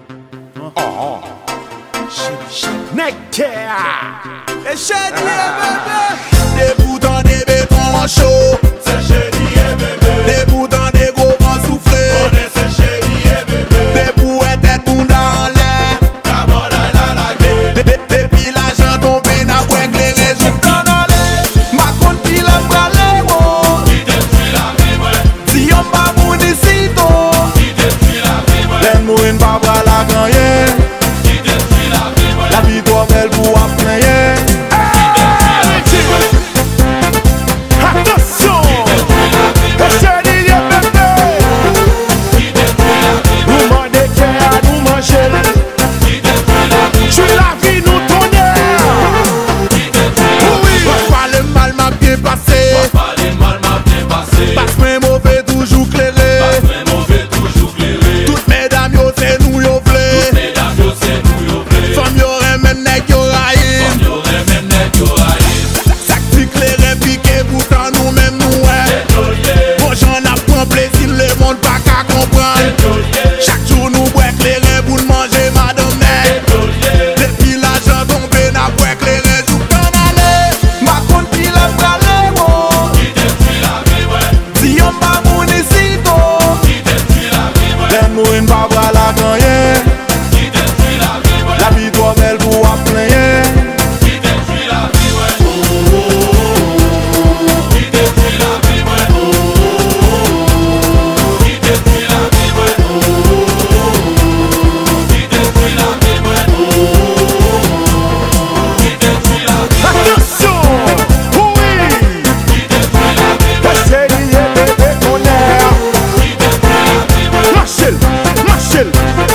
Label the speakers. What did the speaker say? Speaker 1: leva. Ja. Knäcke!
Speaker 2: Le chenier bébé Des bouts dans des bétons en chaud
Speaker 3: C'est chérie bébé
Speaker 2: Des bouts dans des gros vents soufflés
Speaker 3: On est c'est chérie bébé
Speaker 2: Des bouts étaient tout dans l'air
Speaker 3: D'abord la la la guerre
Speaker 2: Des- des- Depuis l'argent tombé n'a pas que les résultats dans l'air Ma compte pile à braler oh
Speaker 3: Qui depuis la rive
Speaker 2: Si on pas moun d'ici tôt
Speaker 3: Qui depuis la rive
Speaker 2: Les mouines pas braler gagner
Speaker 3: Qui depuis la rive
Speaker 2: La vie doit belle pour apprendre
Speaker 1: Attention! Le chenille bébé! Nous manquer à nous manger. Tu la vie nous tonnerre!
Speaker 2: Parfois le mal m'a bien passé
Speaker 3: Pas les mal m'a bien passé
Speaker 2: Parce que mes mauvais toujours clairé
Speaker 3: Mais mauvais toujours clairé
Speaker 2: Toutes mesdames yo c'est nous yo vle
Speaker 3: Mesdames yo c'est nous yo blé
Speaker 2: Femme yo remen nek yo raïn
Speaker 3: Yo remen net yo haïs
Speaker 2: Sak ti klere pike boutan nou men nou wè
Speaker 3: Yo ye
Speaker 2: Bon j'en apprend plaisir le monde pas qu'à comprendre
Speaker 3: Yo ye
Speaker 2: Chaque jour nous boit clairé pour nous manger madame nek
Speaker 3: Yo ye
Speaker 2: Depuis l'argent tombé n'a boit clairé tout en aller Ma compte pile à braler oh
Speaker 3: Qui depuis la rive
Speaker 2: Si on pas moun ici tôt
Speaker 3: Qui depuis la rive
Speaker 2: Les mouines pas la gagner
Speaker 3: Qui depuis la rive
Speaker 2: La vie doit belle pour apprendre
Speaker 3: Qui depuis la rive Qui depuis la rive Qui depuis la rive Qui depuis la rive Qui depuis la rive
Speaker 1: Attention! Oui! Le chenille bébé tonnerre! Marchez! Marchez!